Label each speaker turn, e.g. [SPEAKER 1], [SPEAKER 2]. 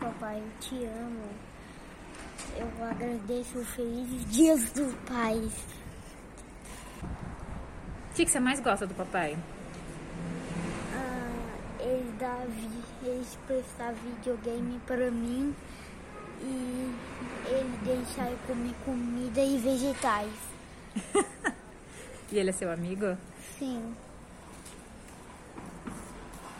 [SPEAKER 1] papai, eu te amo. Eu agradeço os felizes dias do pai.
[SPEAKER 2] O que, que você mais gosta do papai?
[SPEAKER 1] Ah, ele dá vi- eles prestar videogame pra mim e ele deixar eu comer comida e vegetais.
[SPEAKER 2] E ele é seu amigo?
[SPEAKER 1] Sim.